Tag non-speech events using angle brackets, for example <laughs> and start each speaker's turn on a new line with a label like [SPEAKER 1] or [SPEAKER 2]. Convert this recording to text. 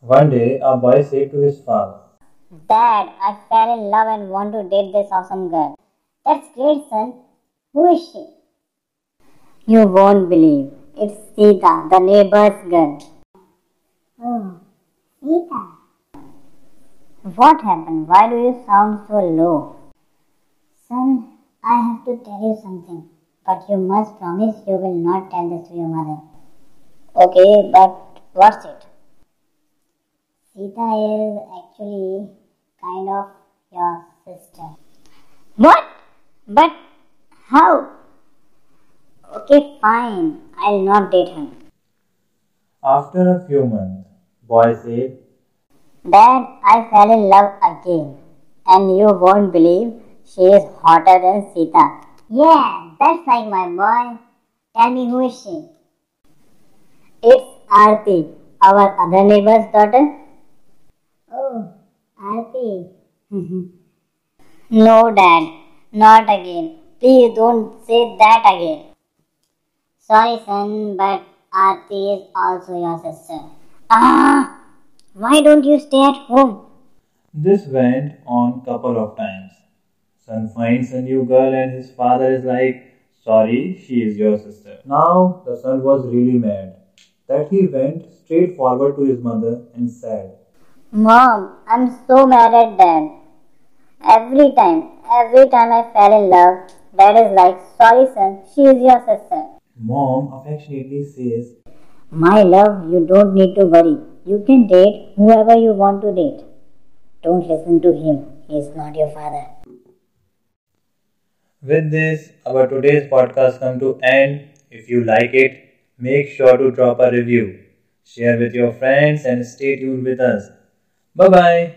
[SPEAKER 1] One day, a boy said to his father,
[SPEAKER 2] Dad, I fell in love and want to date this awesome girl. That's great, son. Who is she? You won't believe. It's Sita, the neighbor's girl. Oh, Sita. What happened? Why do you sound so low? Son, I have to tell you something. But you must promise you will not tell this to your mother. Okay, but what's it? Sita is actually kind of your sister. What? But how? Okay, fine. I'll not date her.
[SPEAKER 1] After a few months, boy said,
[SPEAKER 2] Dad, I fell in love again. And you won't believe she is hotter than Sita. Yeah, that's like my boy. Tell me who is she? It's Aarti, our other neighbor's daughter. Oh, Aarti. <laughs> no, Dad, not again. Please don't say that again. Sorry, son, but Aarti is also your sister. Ah! Why don't you stay at home?
[SPEAKER 1] This went on couple of times. Son finds a new girl and his father is like, sorry, she is your sister. Now the son was really mad that he went straight forward to his mother and said,
[SPEAKER 2] Mom, I'm so mad at dad. Every time, every time I fell in love, dad is like, sorry son, she is your sister.
[SPEAKER 1] Mom affectionately says,
[SPEAKER 2] My love, you don't need to worry. You can date whoever you want to date. Don't listen to him. He is not your father.
[SPEAKER 1] With this, our today's podcast come to end. If you like it, make sure to drop a review, share with your friends, and stay tuned with us. Bye bye.